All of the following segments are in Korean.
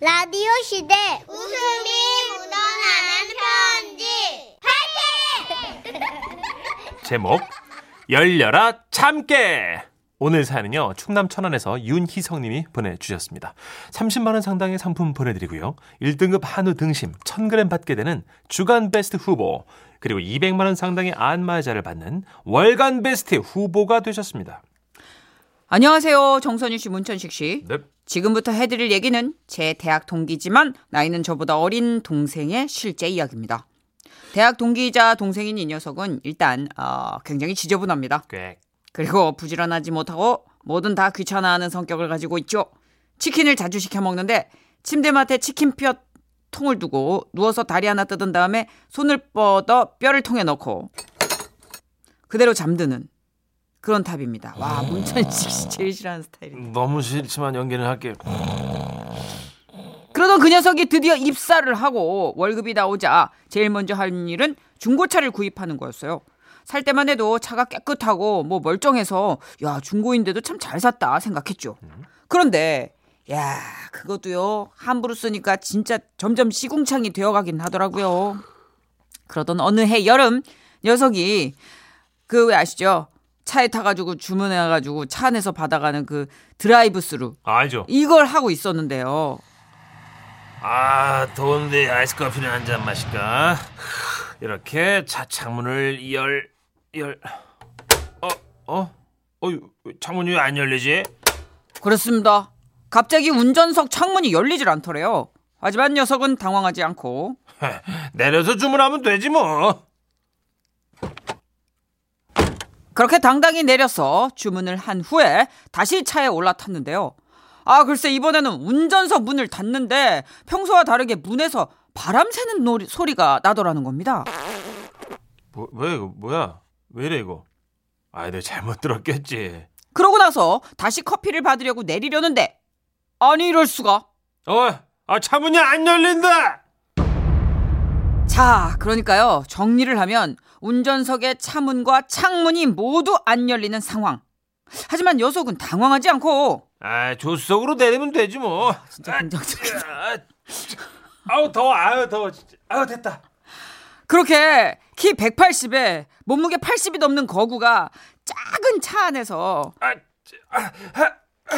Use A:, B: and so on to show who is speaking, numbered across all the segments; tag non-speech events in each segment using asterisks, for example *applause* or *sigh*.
A: 라디오 시대 웃음이 묻어나는 편지
B: 제목 열려라 참깨 오늘 사연은요 충남 천안에서 윤희성님이 보내주셨습니다 30만원 상당의 상품 보내드리고요 1등급 한우 등심 1000g 받게 되는 주간 베스트 후보 그리고 200만원 상당의 안마자를 받는 월간 베스트 후보가 되셨습니다
C: 안녕하세요. 정선희 씨, 문천식 씨.
B: 넵.
C: 지금부터 해드릴 얘기는 제 대학 동기지만 나이는 저보다 어린 동생의 실제 이야기입니다. 대학 동기이자 동생인 이 녀석은 일단 어, 굉장히 지저분합니다.
B: 꽥.
C: 그리고 부지런하지 못하고 뭐든 다 귀찮아하는 성격을 가지고 있죠. 치킨을 자주 시켜 먹는데 침대맡에 치킨뼈 통을 두고 누워서 다리 하나 뜯은 다음에 손을 뻗어 뼈를 통에 넣고 그대로 잠드는 그런 탑입니다. 와 문천식 씨 제일 싫어하는 스타일인데.
B: 너무 싫지만 연기를 할게요
C: 그러던 그 녀석이 드디어 입사를 하고 월급이 나오자 제일 먼저 할 일은 중고차를 구입하는 거였어요. 살 때만 해도 차가 깨끗하고 뭐 멀쩡해서 야 중고인데도 참 잘 샀다 생각했죠. 그런데 야 그것도요 함부로 쓰니까 진짜 점점 시궁창이 되어가긴 하더라고요. 그러던 어느 해 여름 녀석이 그 왜 아시죠? 차에 타가지고 주문해가지고 차 안에서 받아가는 그 드라이브 스루
B: 아, 알죠
C: 이걸 하고 있었는데요.
B: 아 더운데 아이스커피를 한 잔 마실까 이렇게 차 창문을 열열 어? 어? 어? 창문이 왜 안 열리지?
C: 그렇습니다. 갑자기 운전석 창문이 열리질 않더래요. 하지만 녀석은 당황하지 않고
B: 내려서 주문하면 되지 뭐
C: 그렇게 당당히 내려서 주문을 한 후에 다시 차에 올라탔는데요. 아 글쎄 이번에는 운전석 문을 닫는데 평소와 다르게 문에서 바람 새는 노리, 소리가 나더라는 겁니다.
B: 뭐, 뭐야 이거 뭐야 왜 이래 이거 아이 내가 잘못 들었겠지
C: 그러고 나서 다시 커피를 받으려고 내리려는데 아니 이럴 수가.
B: 어? 아 창문이 안 열린다
C: 자, 그러니까요. 정리를 하면 운전석의 차문과 창문이 모두 안 열리는 상황. 하지만 녀석은 당황하지 않고
B: 아 조수석으로 내리면 되지 뭐
C: 진짜 긍정적이다.
B: 아, 아우 더워 아유 더워 진짜 아우 됐다
C: 그렇게 키 180에 몸무게 80이 넘는 거구가 작은 차 안에서
B: 아,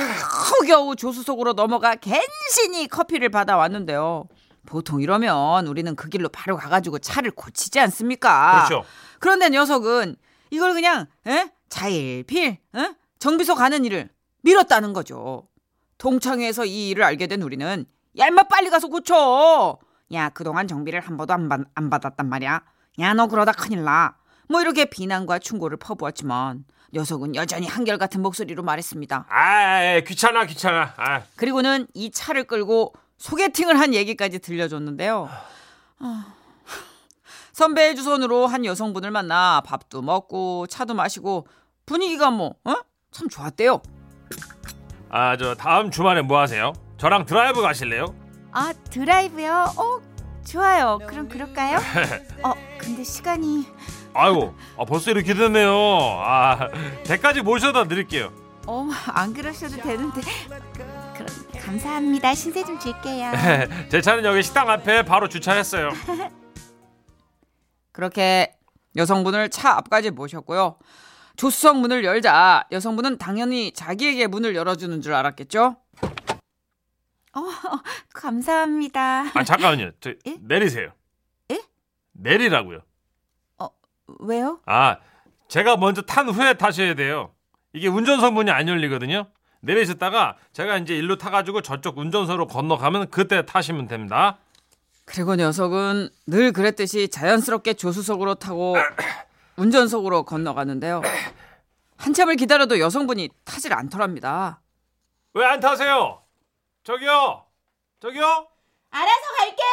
C: 허겨우 조수석으로 넘어가 갠신히 커피를 받아왔는데요. 보통 이러면 우리는 그 길로 바로 가가지고 차를 고치지 않습니까?
B: 그렇죠.
C: 그런데 녀석은 이걸 그냥 에? 자일필 에? 정비소 가는 일을 미뤘다는 거죠. 동창회에서 이 일을 알게 된 우리는 야 임마 빨리 가서 고쳐. 야 그동안 정비를 한 번도 안, 받, 안 받았단 말이야. 야 너 그러다 큰일 나. 뭐 이렇게 비난과 충고를 퍼부었지만 녀석은 여전히 한결같은 목소리로 말했습니다.
B: 아 귀찮아 귀찮아 아
C: 그리고는 이 차를 끌고 소개팅을 한 얘기까지 들려줬는데요. 아, 선배의 주선으로 한 여성분을 만나 밥도 먹고 차도 마시고 분위기가 뭐, 어? 참 좋았대요.
B: 아 저 다음 주말에 뭐 하세요? 저랑 드라이브 가실래요?
D: 아 드라이브요? 어 좋아요.
C: 네,
D: 그럼 그럴까요? 어 근데 시간이
B: 아이고 아, 벌써 이렇게 됐네요. 아 배까지 모셔다 드릴게요. *laughs*
D: 어 안 그러셔도 되는데 그럼 감사합니다. 신세 좀 질게요.
B: 네. 제 차는 여기 식당 앞에 바로 주차했어요.
C: 그렇게 여성분을 차 앞까지 모셨고요. 조수석 문을 열자 여성분은 당연히 자기에게 문을 열어주는 줄 알았겠죠?
D: 어, 감사합니다.
B: 아 잠깐만요. 저, 내리세요.
D: 예?
B: 내리라고요.
D: 왜요?
B: 아 제가 먼저 탄 후에 타셔야 돼요. 이게 운전석 문이 안 열리거든요. 내리셨다가 제가 이제 일로 타가지고 저쪽 운전석으로 건너가면 그때 타시면 됩니다.
C: 그리고 녀석은 늘 그랬듯이 자연스럽게 조수석으로 타고 운전석으로 건너가는데요. 한참을 기다려도 여성분이 타질 않더랍니다.
B: 왜 안 타세요? 저기요, 저기요.
D: 알아서 갈게요.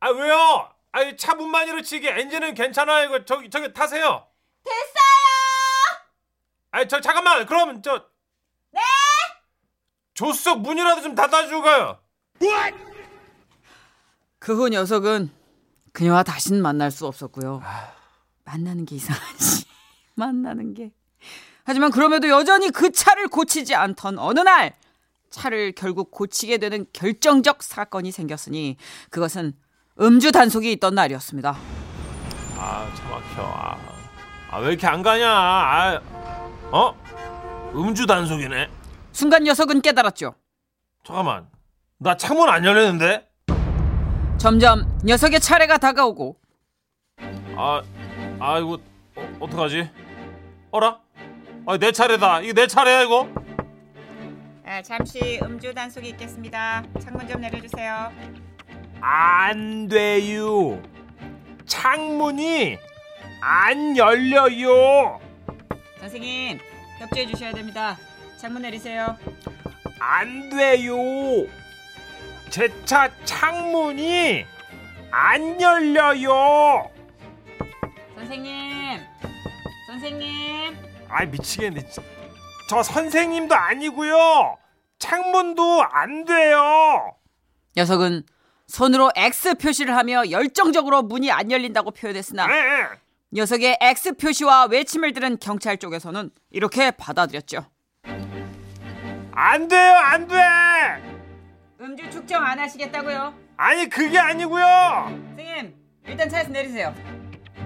B: 아 왜요? 아니 차 문만 이렇지 이게 엔진은 괜찮아요. 이거 저기 저기 타세요.
D: 됐어요.
B: 아니 저 잠깐만 그럼 저 네? 조수석 문이라도 좀 닫아주고 가요.
C: 그 후 녀석은 그녀와 다시는 만날 수 없었고요. 만나는 게 이상하지. *laughs* 만나는 게. 하지만 그럼에도 여전히 그 차를 고치지 않던 어느 날 차를 결국 고치게 되는 결정적 사건이 생겼으니 그것은 음주 단속이 있던 날이었습니다.
B: 아, 차 막혀. 아, 아, 왜 이렇게 안 가냐? 아, 어? 음주 단속이네.
C: 순간 녀석은 깨달았죠.
B: 잠깐만. 나 창문 안 열렸는데?
C: 점점 녀석의 차례가 다가오고
B: 아, 아 이거 어, 어떡하지? 어라? 아, 내 차례다. 이거 내 차례야 이거.
D: 네, 잠시 음주 단속이 있겠습니다. 창문 좀 내려주세요.
B: 안 돼요. 창문이 안 열려요.
D: 선생님 협조해 주셔야 됩니다. 창문 내리세요.
B: 안 돼요. 제 차 창문이 안 열려요.
D: 선생님, 선생님.
B: 아 미치겠네. 진짜. 저 선생님도 아니고요. 창문도 안 돼요.
C: 녀석은 손으로 X 표시를 하며 열정적으로 문이 안 열린다고 표현했으나
B: 네.
C: 녀석의 X 표시와 외침을 들은 경찰 쪽에서는 이렇게 받아들였죠.
B: 안 돼요, 안 돼.
D: 음주 측정 안 하시겠다고요?
B: 아니 그게 아니고요.
D: 선생님 일단 차에서 내리세요.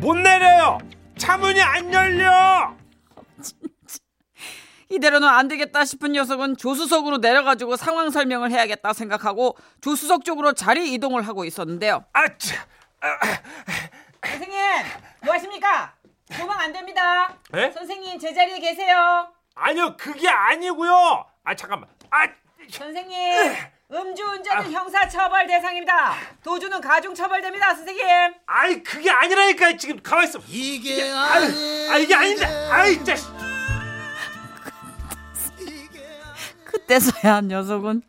B: 못 내려요. 차문이 안 열려.
C: 이대로는 안 되겠다 싶은 녀석은 조수석으로 내려가지고 상황 설명을 해야겠다 생각하고 조수석 쪽으로 자리 이동을 하고 있었는데요.
B: 아, 차.
D: 선생님 뭐 하십니까? 도망 안 됩니다.
B: 에?
D: 선생님 제자리에 계세요.
B: 아니요, 그게 아니고요. 아 잠깐만. 아,
D: 선생님 음주운전은 형사처벌 대상입니다. 도주는 가중처벌됩니다. 선생님.
B: 아이 그게 아니라니까 지금 가만 있어.
E: 이게
B: 아, 아 이게 아닌데. 아이 짜.
C: 그때서야 녀석은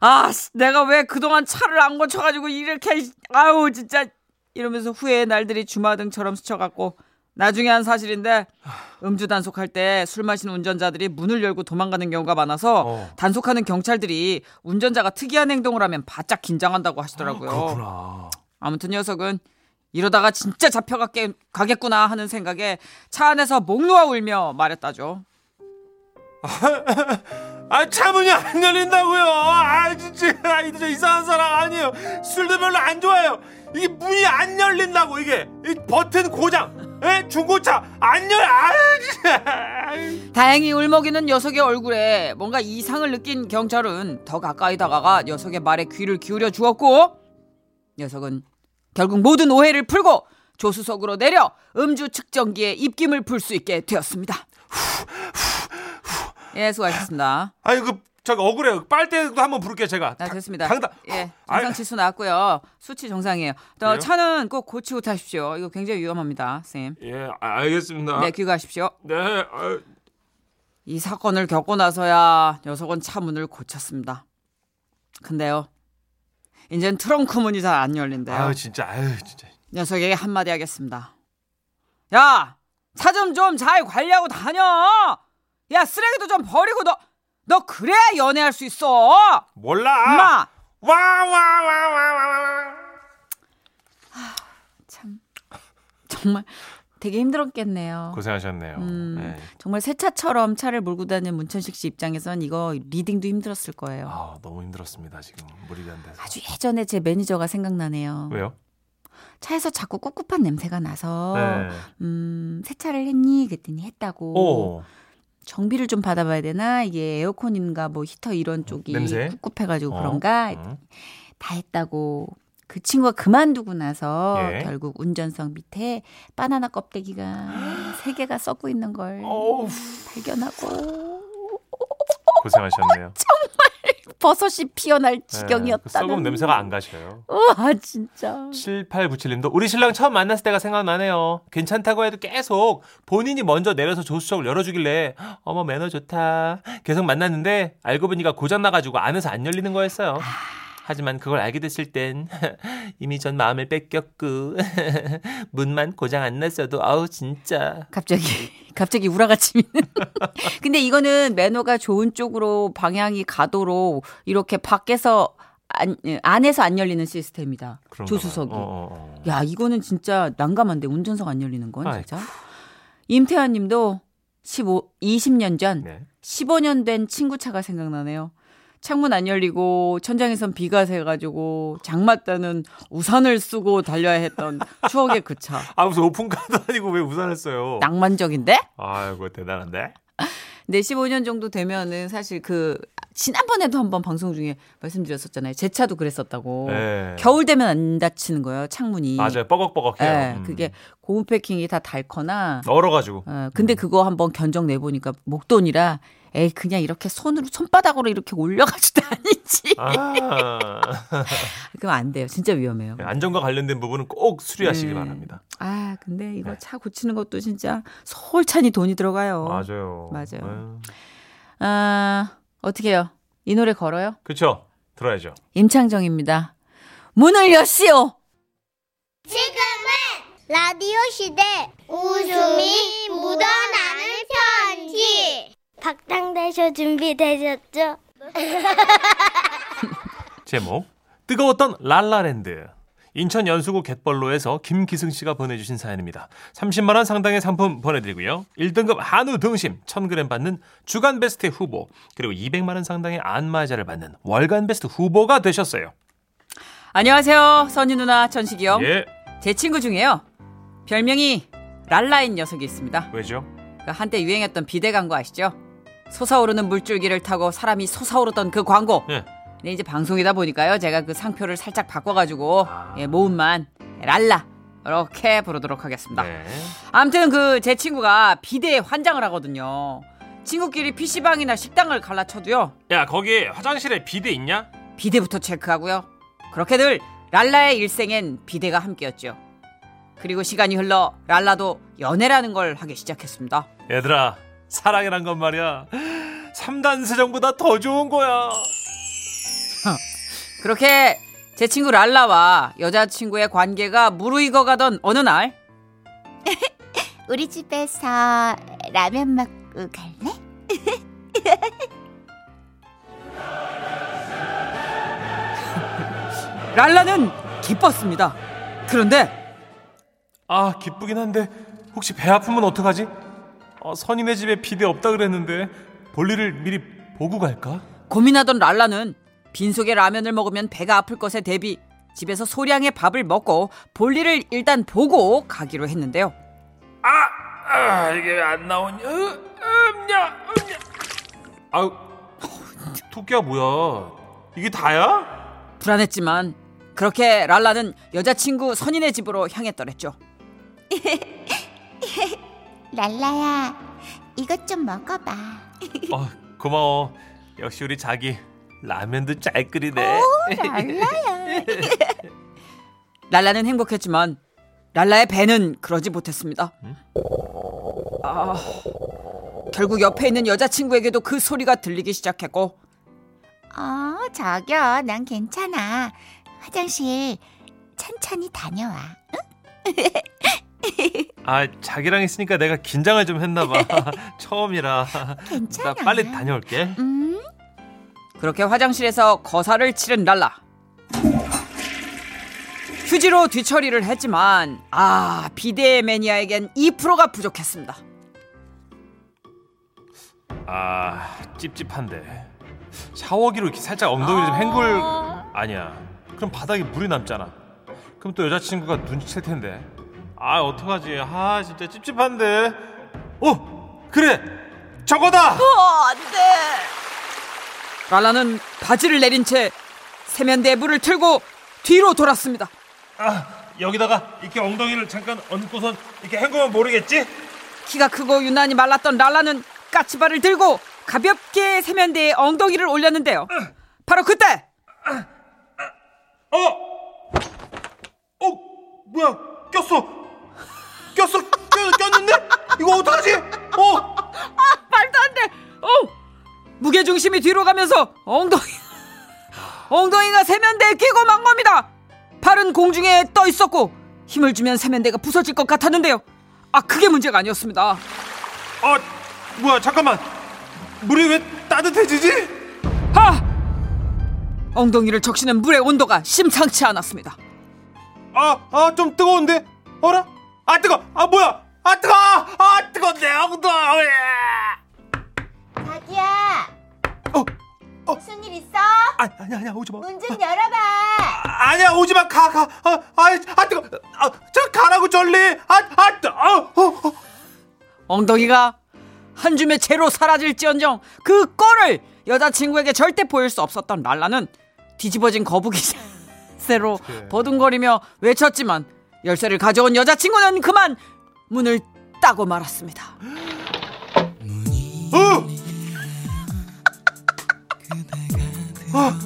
C: 아 씨, 내가 왜 그동안 차를 안 고쳐가지고 이렇게 아우 진짜 이러면서 후회의 날들이 주마등처럼 스쳐갔고 나중에 한 사실인데 음주 단속할 때 술 마시는 운전자들이 문을 열고 도망가는 경우가 많아서
B: 어.
C: 단속하는 경찰들이 운전자가 특이한 행동을 하면 바짝 긴장한다고 하시더라고요.
B: 아, 그렇구나.
C: 아무튼 녀석은 이러다가 진짜 잡혀가겠구나 하는 생각에 차 안에서 목 놓아 울며 말했다죠.
B: *laughs* 아 차문이 안 열린다고요. 아 진짜 아, 이거 저 이상한 사람 아니에요. 술도 별로 안 좋아요. 이게 문이 안 열린다고 이게 이 버튼 고장. 에 중고차 안 열. 아 진짜. 아이.
C: 다행히 울먹이는 녀석의 얼굴에 뭔가 이상을 느낀 경찰은 더 가까이 다가가 녀석의 말에 귀를 기울여 주었고 녀석은 결국 모든 오해를 풀고 조수석으로 내려 음주 측정기에 입김을 풀 수 있게 되었습니다. 예, 수고하셨습니다.
B: 아니 그 저기 억울해요. 빨대도 한번 부를게요 제가.
C: 아, 됐습니다.
B: 당당.
C: 예,
B: 아이,
C: 정상 치수 나왔고요. 수치 정상이에요. 또
B: 그래요?
C: 차는 꼭 고치고 타십시오. 이거 굉장히 위험합니다, 쌤.
B: 예, 아, 알겠습니다.
C: 네, 귀가하십시오.
B: 네, 아,
C: 이 사건을 겪고 나서야 녀석은 차 문을 고쳤습니다. 근데요. 이젠 트렁크 문이 잘 안 열린대요.
B: 아유 진짜, 아유 진짜.
C: 녀석에게 한마디 하겠습니다. 야! 차 좀 좀 잘 관리하고 다녀! 야, 쓰레기도 좀 버리고 너, 너 그래야 연애할 수 있어!
B: 몰라.
C: 엄마!
B: 와와와와와와.
D: 참
C: 정말 되게 힘들었겠네요.
B: 그 고생하셨네요.
C: 음.
B: 네.
C: 정말 새 차처럼 차를 몰고 다니는 문천식 씨 입장에선 이거 리딩도 힘들었을 거예요.
B: 아 너무 힘들었습니다 지금 무리가 안 돼서.
C: 아주 예전에 제 매니저가 생각나네요.
B: 왜요?
C: 차에서 자꾸 꿉꿉한 냄새가 나서
B: 네.
C: 음, 세차를 했니? 그랬더니 했다고.
B: 오.
C: 정비를 좀 받아봐야 되나? 이게 에어컨인가 뭐 히터 이런 쪽이
B: 냄새?
C: 꿉꿉해가지고
B: 어,
C: 그런가?
B: 음.
C: 다 했다고. 그 친구가 그만두고 나서
B: 예.
C: 결국 운전석 밑에 바나나 껍데기가 세 개가 썩고 있는 걸
B: 어우,
C: 발견하고
B: 고생하셨네요.
C: 버섯이 피어날
B: 네, 그
C: *laughs* 지경이었다는.
B: 썩은 냄새가 안 가셔요.
C: 우와 진짜.
B: 7897님도 우리 신랑 처음 만났을 때가 생각나네요. 괜찮다고 해도 계속 본인이 먼저 내려서 조수석을 열어주길래 어머 매너 좋다. 계속 만났는데 알고 보니까 고장 나가지고 안에서 안 열리는 거였어요. 하지만 그걸 알게 됐을 땐 *laughs* 이미 전 마음을 뺏겼고 *laughs* 문만 고장 안 났어도 아우 진짜
C: 갑자기 *laughs* 갑자기 우라가 치미는. *laughs* 근데 이거는 매너가 좋은 쪽으로 방향이 가도록 이렇게 밖에서 안, 예, 안에서 안 열리는 시스템이다.
B: 그런가 봐요.
C: 조수석이.
B: 어, 어, 어.
C: 야 이거는 진짜 난감한데 운전석 안 열리는 건
B: 아이고.
C: 진짜. 임태환님도 15 20년 전
B: 네.
C: 15년 된 친구 차가 생각나네요. 창문 안 열리고 천장에선 비가 새가지고 장마 때는 우산을 쓰고 달려야 했던 추억의 그 차.
B: 아 무슨 오픈카도 아니고 왜 우산을 써요?
C: 낭만적인데?
B: 아이고 대단한데.
C: 네, 15년 정도 되면은 사실 그 지난번에도 한번 방송 중에 말씀드렸었잖아요. 제 차도 그랬었다고.
B: 네.
C: 겨울 되면 안 닫히는 거예요, 창문이.
B: 맞아요. 뻐걱뻐걱해요.
C: 예,
B: 음.
C: 그게 고무 패킹이 다 닳거나
B: 얼어가지고.
C: 어, 근데 그거 한번 견적 내보니까 목돈이라 에이 그냥 이렇게 손으로 손바닥으로 이렇게 올려가지도 *laughs* 아니지
B: 아,
C: *laughs* 그럼 안 돼요 진짜 위험해요
B: 예, 안전과 관련된 부분은 꼭 수리하시기 바랍니다.
C: 아 근데 이거 차 고치는 것도 진짜 솔찬히 돈이 들어가요
B: 네. 맞아요. 네.
C: 맞아요. 아 어떻게 해요 이 노래 걸어요
B: 그렇죠. 들어야죠.
C: 임창정입니다 문을 여시오
A: 지금은 라디오 시대 웃음이 묻어나는 편지 박장대쇼 준비되셨죠?
B: 제목 뜨거웠던 랄라랜드 인천 연수구 갯벌로에서 김기승 씨가 보내주신 사연입니다. 30만 원 상당의 상품 보내드리고요. 1등급 한우 등심 1,000g 받는 주간 베스트 후보 그리고 200만 원 상당의 안마자를 받는 월간 베스트 후보가 되셨어요.
C: 안녕하세요 선희 누나 천식이요
B: 예,
C: 제 친구 중에요 별명이 랄라인 녀석이 있습니다
B: 왜죠?
C: 그 한때 유행했던 비대 광고 아시죠? 솟아오르는 물줄기를 타고 사람이 솟아오르던 그 광고.
B: 예.
C: 근데 이제 방송이다 보니까요. 제가 그 상표를 살짝 바꿔가지고
B: 아.
C: 예, 모음만 랄라 이렇게 부르도록 하겠습니다.
B: 네.
C: 아무튼 그 제 친구가 비대에 환장을 하거든요. 친구끼리 PC방이나 식당을 갈라쳐도요.
B: 야 거기 화장실에 비데 있냐?
C: 비대부터 체크하고요. 그렇게들 랄라의 일생엔 비대가 함께였죠. 그리고 시간이 흘러 랄라도 연애라는 걸 하기 시작했습니다.
B: 얘들아 사랑이란 건 말이야 3단 세정보다 더 좋은 거야.
C: 그렇게 제 친구 랄라와 여자친구의 관계가 무르익어 가던 어느 날
D: 우리 집에서 라면 먹고 갈래?
C: 랄라는 기뻤습니다. 그런데
B: 아 기쁘긴 한데 혹시 배 아프면 어떡하지? 어, 선인의 집에 비대 없다 그랬는데 볼일을 미리 보고 갈까?
C: 고민하던 랄라는 빈속에 라면을 먹으면 배가 아플 것에 대비 집에서 소량의 밥을 먹고 볼일을 일단 보고 가기로 했는데요.
B: 아 이게 왜 안 나오냐? 음냐 음냐 아우 *laughs* 토끼야 뭐야 이게 다야?
C: 불안했지만 그렇게 랄라는 여자친구 선인의 집으로 향했더랬죠.
D: 랄라야, 이것 좀 먹어봐.
B: 어 고마워 역시 우리 자기 라면도 잘
D: 어?
B: 끓이네
D: 랄라야.
C: 랄라는 행복했지만 랄라의 배는 그러지 못했습니다. 아, 결국 옆에 있는 여자친구에게도 그 소리가 들리기 시작했고
D: 어, 저기요, 난 괜찮아. 화장실 천천히 다녀와.
B: 아 자기랑 있으니까 내가 긴장을 좀 했나
D: *laughs*
B: 봐 처음이라 나
D: 괜찮아.
B: 빨리 다녀올게
D: 음,
C: 그렇게 화장실에서 거사를 치른 랄라. 휴지로 뒤처리를 했지만 아 비대 매니아에겐 2%가 부족했습니다.
B: 아 찝찝한데 샤워기로 이렇게 살짝 엉덩이를 좀 헹굴 아니야 그럼 바닥에 물이 남잖아 그럼 또 여자친구가 눈치챌 텐데 아 어떡하지 아 진짜 찝찝한데 어 그래 저거다
C: 안돼. 랄라는 바지를 내린 채 세면대에 물을 틀고 뒤로 돌았습니다.
B: 아 여기다가 이렇게 엉덩이를 잠깐 얹고선 이렇게 헹구면 모르겠지
C: 키가 크고 유난히 말랐던 랄라는 까치발을 들고 가볍게 세면대에 엉덩이를 올렸는데요. 바로 그때
B: 어어 어, 뭐야 꼈어 꼈어 꼈, 꼈는데 이거 어떡하지 어
C: 말도 안 돼. 어 무게 중심이 뒤로 가면서 엉덩이 *laughs* 엉덩이가 세면대에 끼고 만 겁니다. 발은 공중에 떠 있었고 힘을 주면 세면대가 부서질 것 같았는데요. 아 그게 문제가 아니었습니다.
B: 아, 뭐야, 잠깐만. 물이 왜 따뜻해지지?
C: 하 엉덩이를 적시는 물의 온도가 심상치 않았습니다.
B: 아, 아, 좀 뜨거운데? 어라? 아, 뜨거! 아, 뭐야! 아, 뜨거! 아, 뜨거! 내 엉덩이!
A: 자기야
B: 어,
D: 무슨 일 있어?
B: 아니 아니 아니야 오지 마.
D: 문 좀 열어봐.
B: 아, 아니야 오지 마. 가 가. 아, 아이, 아 뜨거. 아, 저 가라고 절리. 아, 아, 뜨- 아, 어, 어.
C: 엉덩이가 한 줌의 채로 사라질지언정 그 꼴을 여자친구에게 절대 보일 수 없었던 랄라는 뒤집어진 거북이 *laughs* 새로 버둥거리며 외쳤지만 열쇠를 가져온 여자친구는 그만 문을 따고 말았습니다.
B: 어! 아,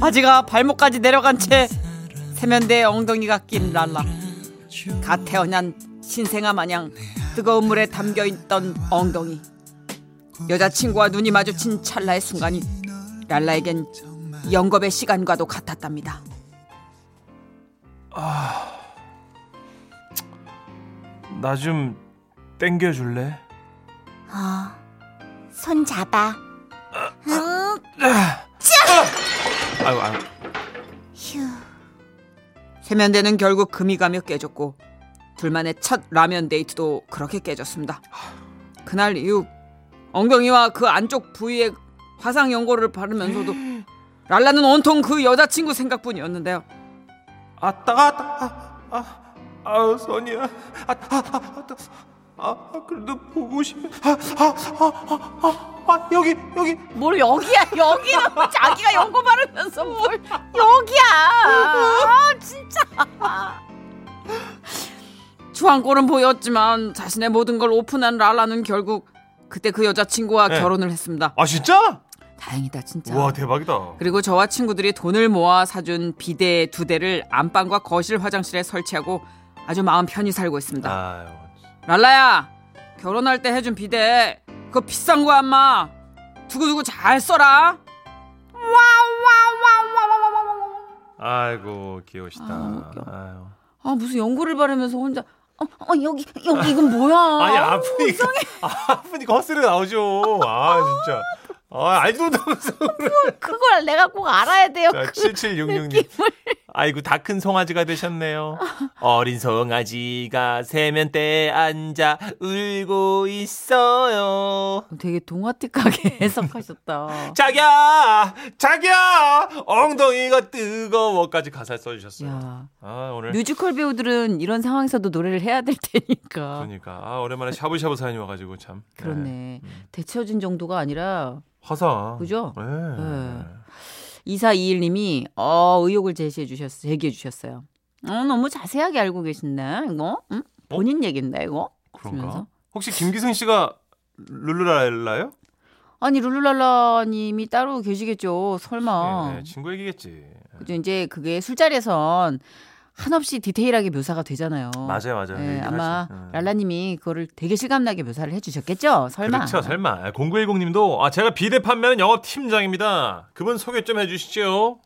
C: 바지가 발목까지 내려간 채 세면대에 엉덩이가 낀 랄라 갓 태어난 신생아 마냥 뜨거운 물에 담겨있던 엉덩이 여자친구와 눈이 마주친 찰나의 순간이 랄라에겐 영겁의 시간과도 같았답니다
B: 나 좀 땡겨 줄래?
D: 어,
A: 손 잡아.
B: 아유, 아유.
A: 휴.
C: 세면대는 결국 금이 가며 깨졌고 둘만의 첫 라면 데이트도 그렇게 깨졌습니다. 그날 이후 엉덩이와 그 안쪽 부위에 화상 연고를 바르면서도 랄라는 온통 그 여자친구 생각뿐이었는데요.
B: 아, 따가 아, 아, 아, 선이야. 아, 아, 아, 아, 아, 그래도 보고 싶어. 아, 아, 아, 아, 아, 여기, 여기.
C: 뭘 여기야 여기는 자기가 연고 바르면서
D: *laughs*
C: 뭘 여기야 아 진짜 주황골은 보였지만 자신의 모든 걸 오픈한 랄라는 결국 그때 그 여자친구와
B: 네.
C: 결혼을 했습니다
B: 아, 진짜?
C: 다행이다 진짜
B: 우와, 대박이다.
C: 그리고 저와 친구들이 돈을 모아 사준 비데 두 대를 안방과 거실 화장실에 설치하고 아주 마음 편히 살고 있습니다
B: 아유.
C: 랄라야 결혼할 때 해준 비데 그거 비싼 거야 엄마 두고두고 잘 써라
B: 아이고, 귀여우시다.
C: 아,
B: 아유.
C: 아 무슨 연고를 바르면서 혼자 어, 어 여기 여기 이건 뭐야
B: 아니, 아프니까. *laughs* 아프니까 헛소리 나오죠. 아, 진짜. 아, 알지도 못하면서.
C: 그걸 내가 꼭 알아야 돼요
B: 자, 7766님. 아이고, 다 큰 송아지가 되셨네요. 어린 송아지가 세면대에 앉아 울고 있어요.
C: 되게 동화틱하게 *laughs* 해석하셨다
B: 자기야! 자기야! 엉덩이가 뜨거워까지 가사 써주셨어요.
C: 야
B: 아, 오늘.
C: 뮤지컬 배우들은 이런 상황에서도 노래를 해야 될 테니까
B: 그러니까. 아, 오랜만에 샤브샤브 사연이 와가지고 참. 네.
C: 그렇네 대체어진 정도가 아니라
B: 화사.
C: 그죠?
B: 네.
C: 네. 2421님이 어 의혹을 제시해 주셨어요. 제기해 주셨어요. 어 너무 자세하게 알고 계신데 이거 응? 본인 얘긴데 이거
B: 그런가?
C: 그러면서?
B: 혹시 김기승 씨가 룰루랄라요?
C: 아니 룰루랄라님이 따로 계시겠죠. 설마
B: 네, 네, 친구 얘기겠지.
C: 그죠 이제 그게 술자리에선 한없이 디테일하게 묘사가 되잖아요.
B: 맞아요, 맞아요.
C: 네,
B: 얘기하지.
C: 아마
B: 네.
C: 랄라님이 그거를 되게 실감나게 묘사를 해주셨겠죠. 설마.
B: 그렇죠, 설마. 0910님도 아 제가 비대 판매는 영업 팀장입니다. 그분 소개 좀 해주시죠.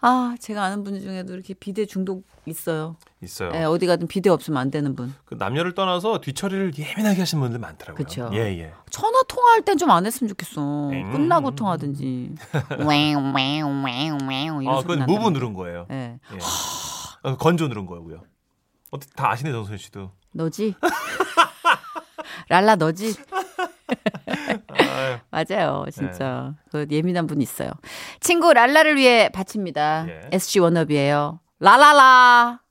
C: 아 제가 아는 분 중에도 이렇게 비대 중독 있어요.
B: 있어요.
C: 네, 어디 가든 비대 없으면 안 되는 분.
B: 그 남녀를 떠나서 뒤처리를 예민하게 하시는 분들 많더라고요.
C: 그쵸.
B: 예, 예.
C: 전화 통화할 땐 좀 안 했으면 좋겠어.
B: 음.
C: 끝나고
B: *laughs*
C: 통화든지. 왱왱왱왱 이런
B: 아,
C: 소리
B: 그건
C: 난다.
B: 무브 누른 거예요.
C: 예.
B: 예. 어, 건조 누른 거고요. 어떻게 다 아시네 정선 씨도.
C: 너지? *laughs* 랄라 너지?
B: 아유,
C: 맞아요. 진짜. 그 예민한 분 있어요. 친구 랄라를 위해 바칩니다.
B: 예.
C: SG 원업이에요. 라라라.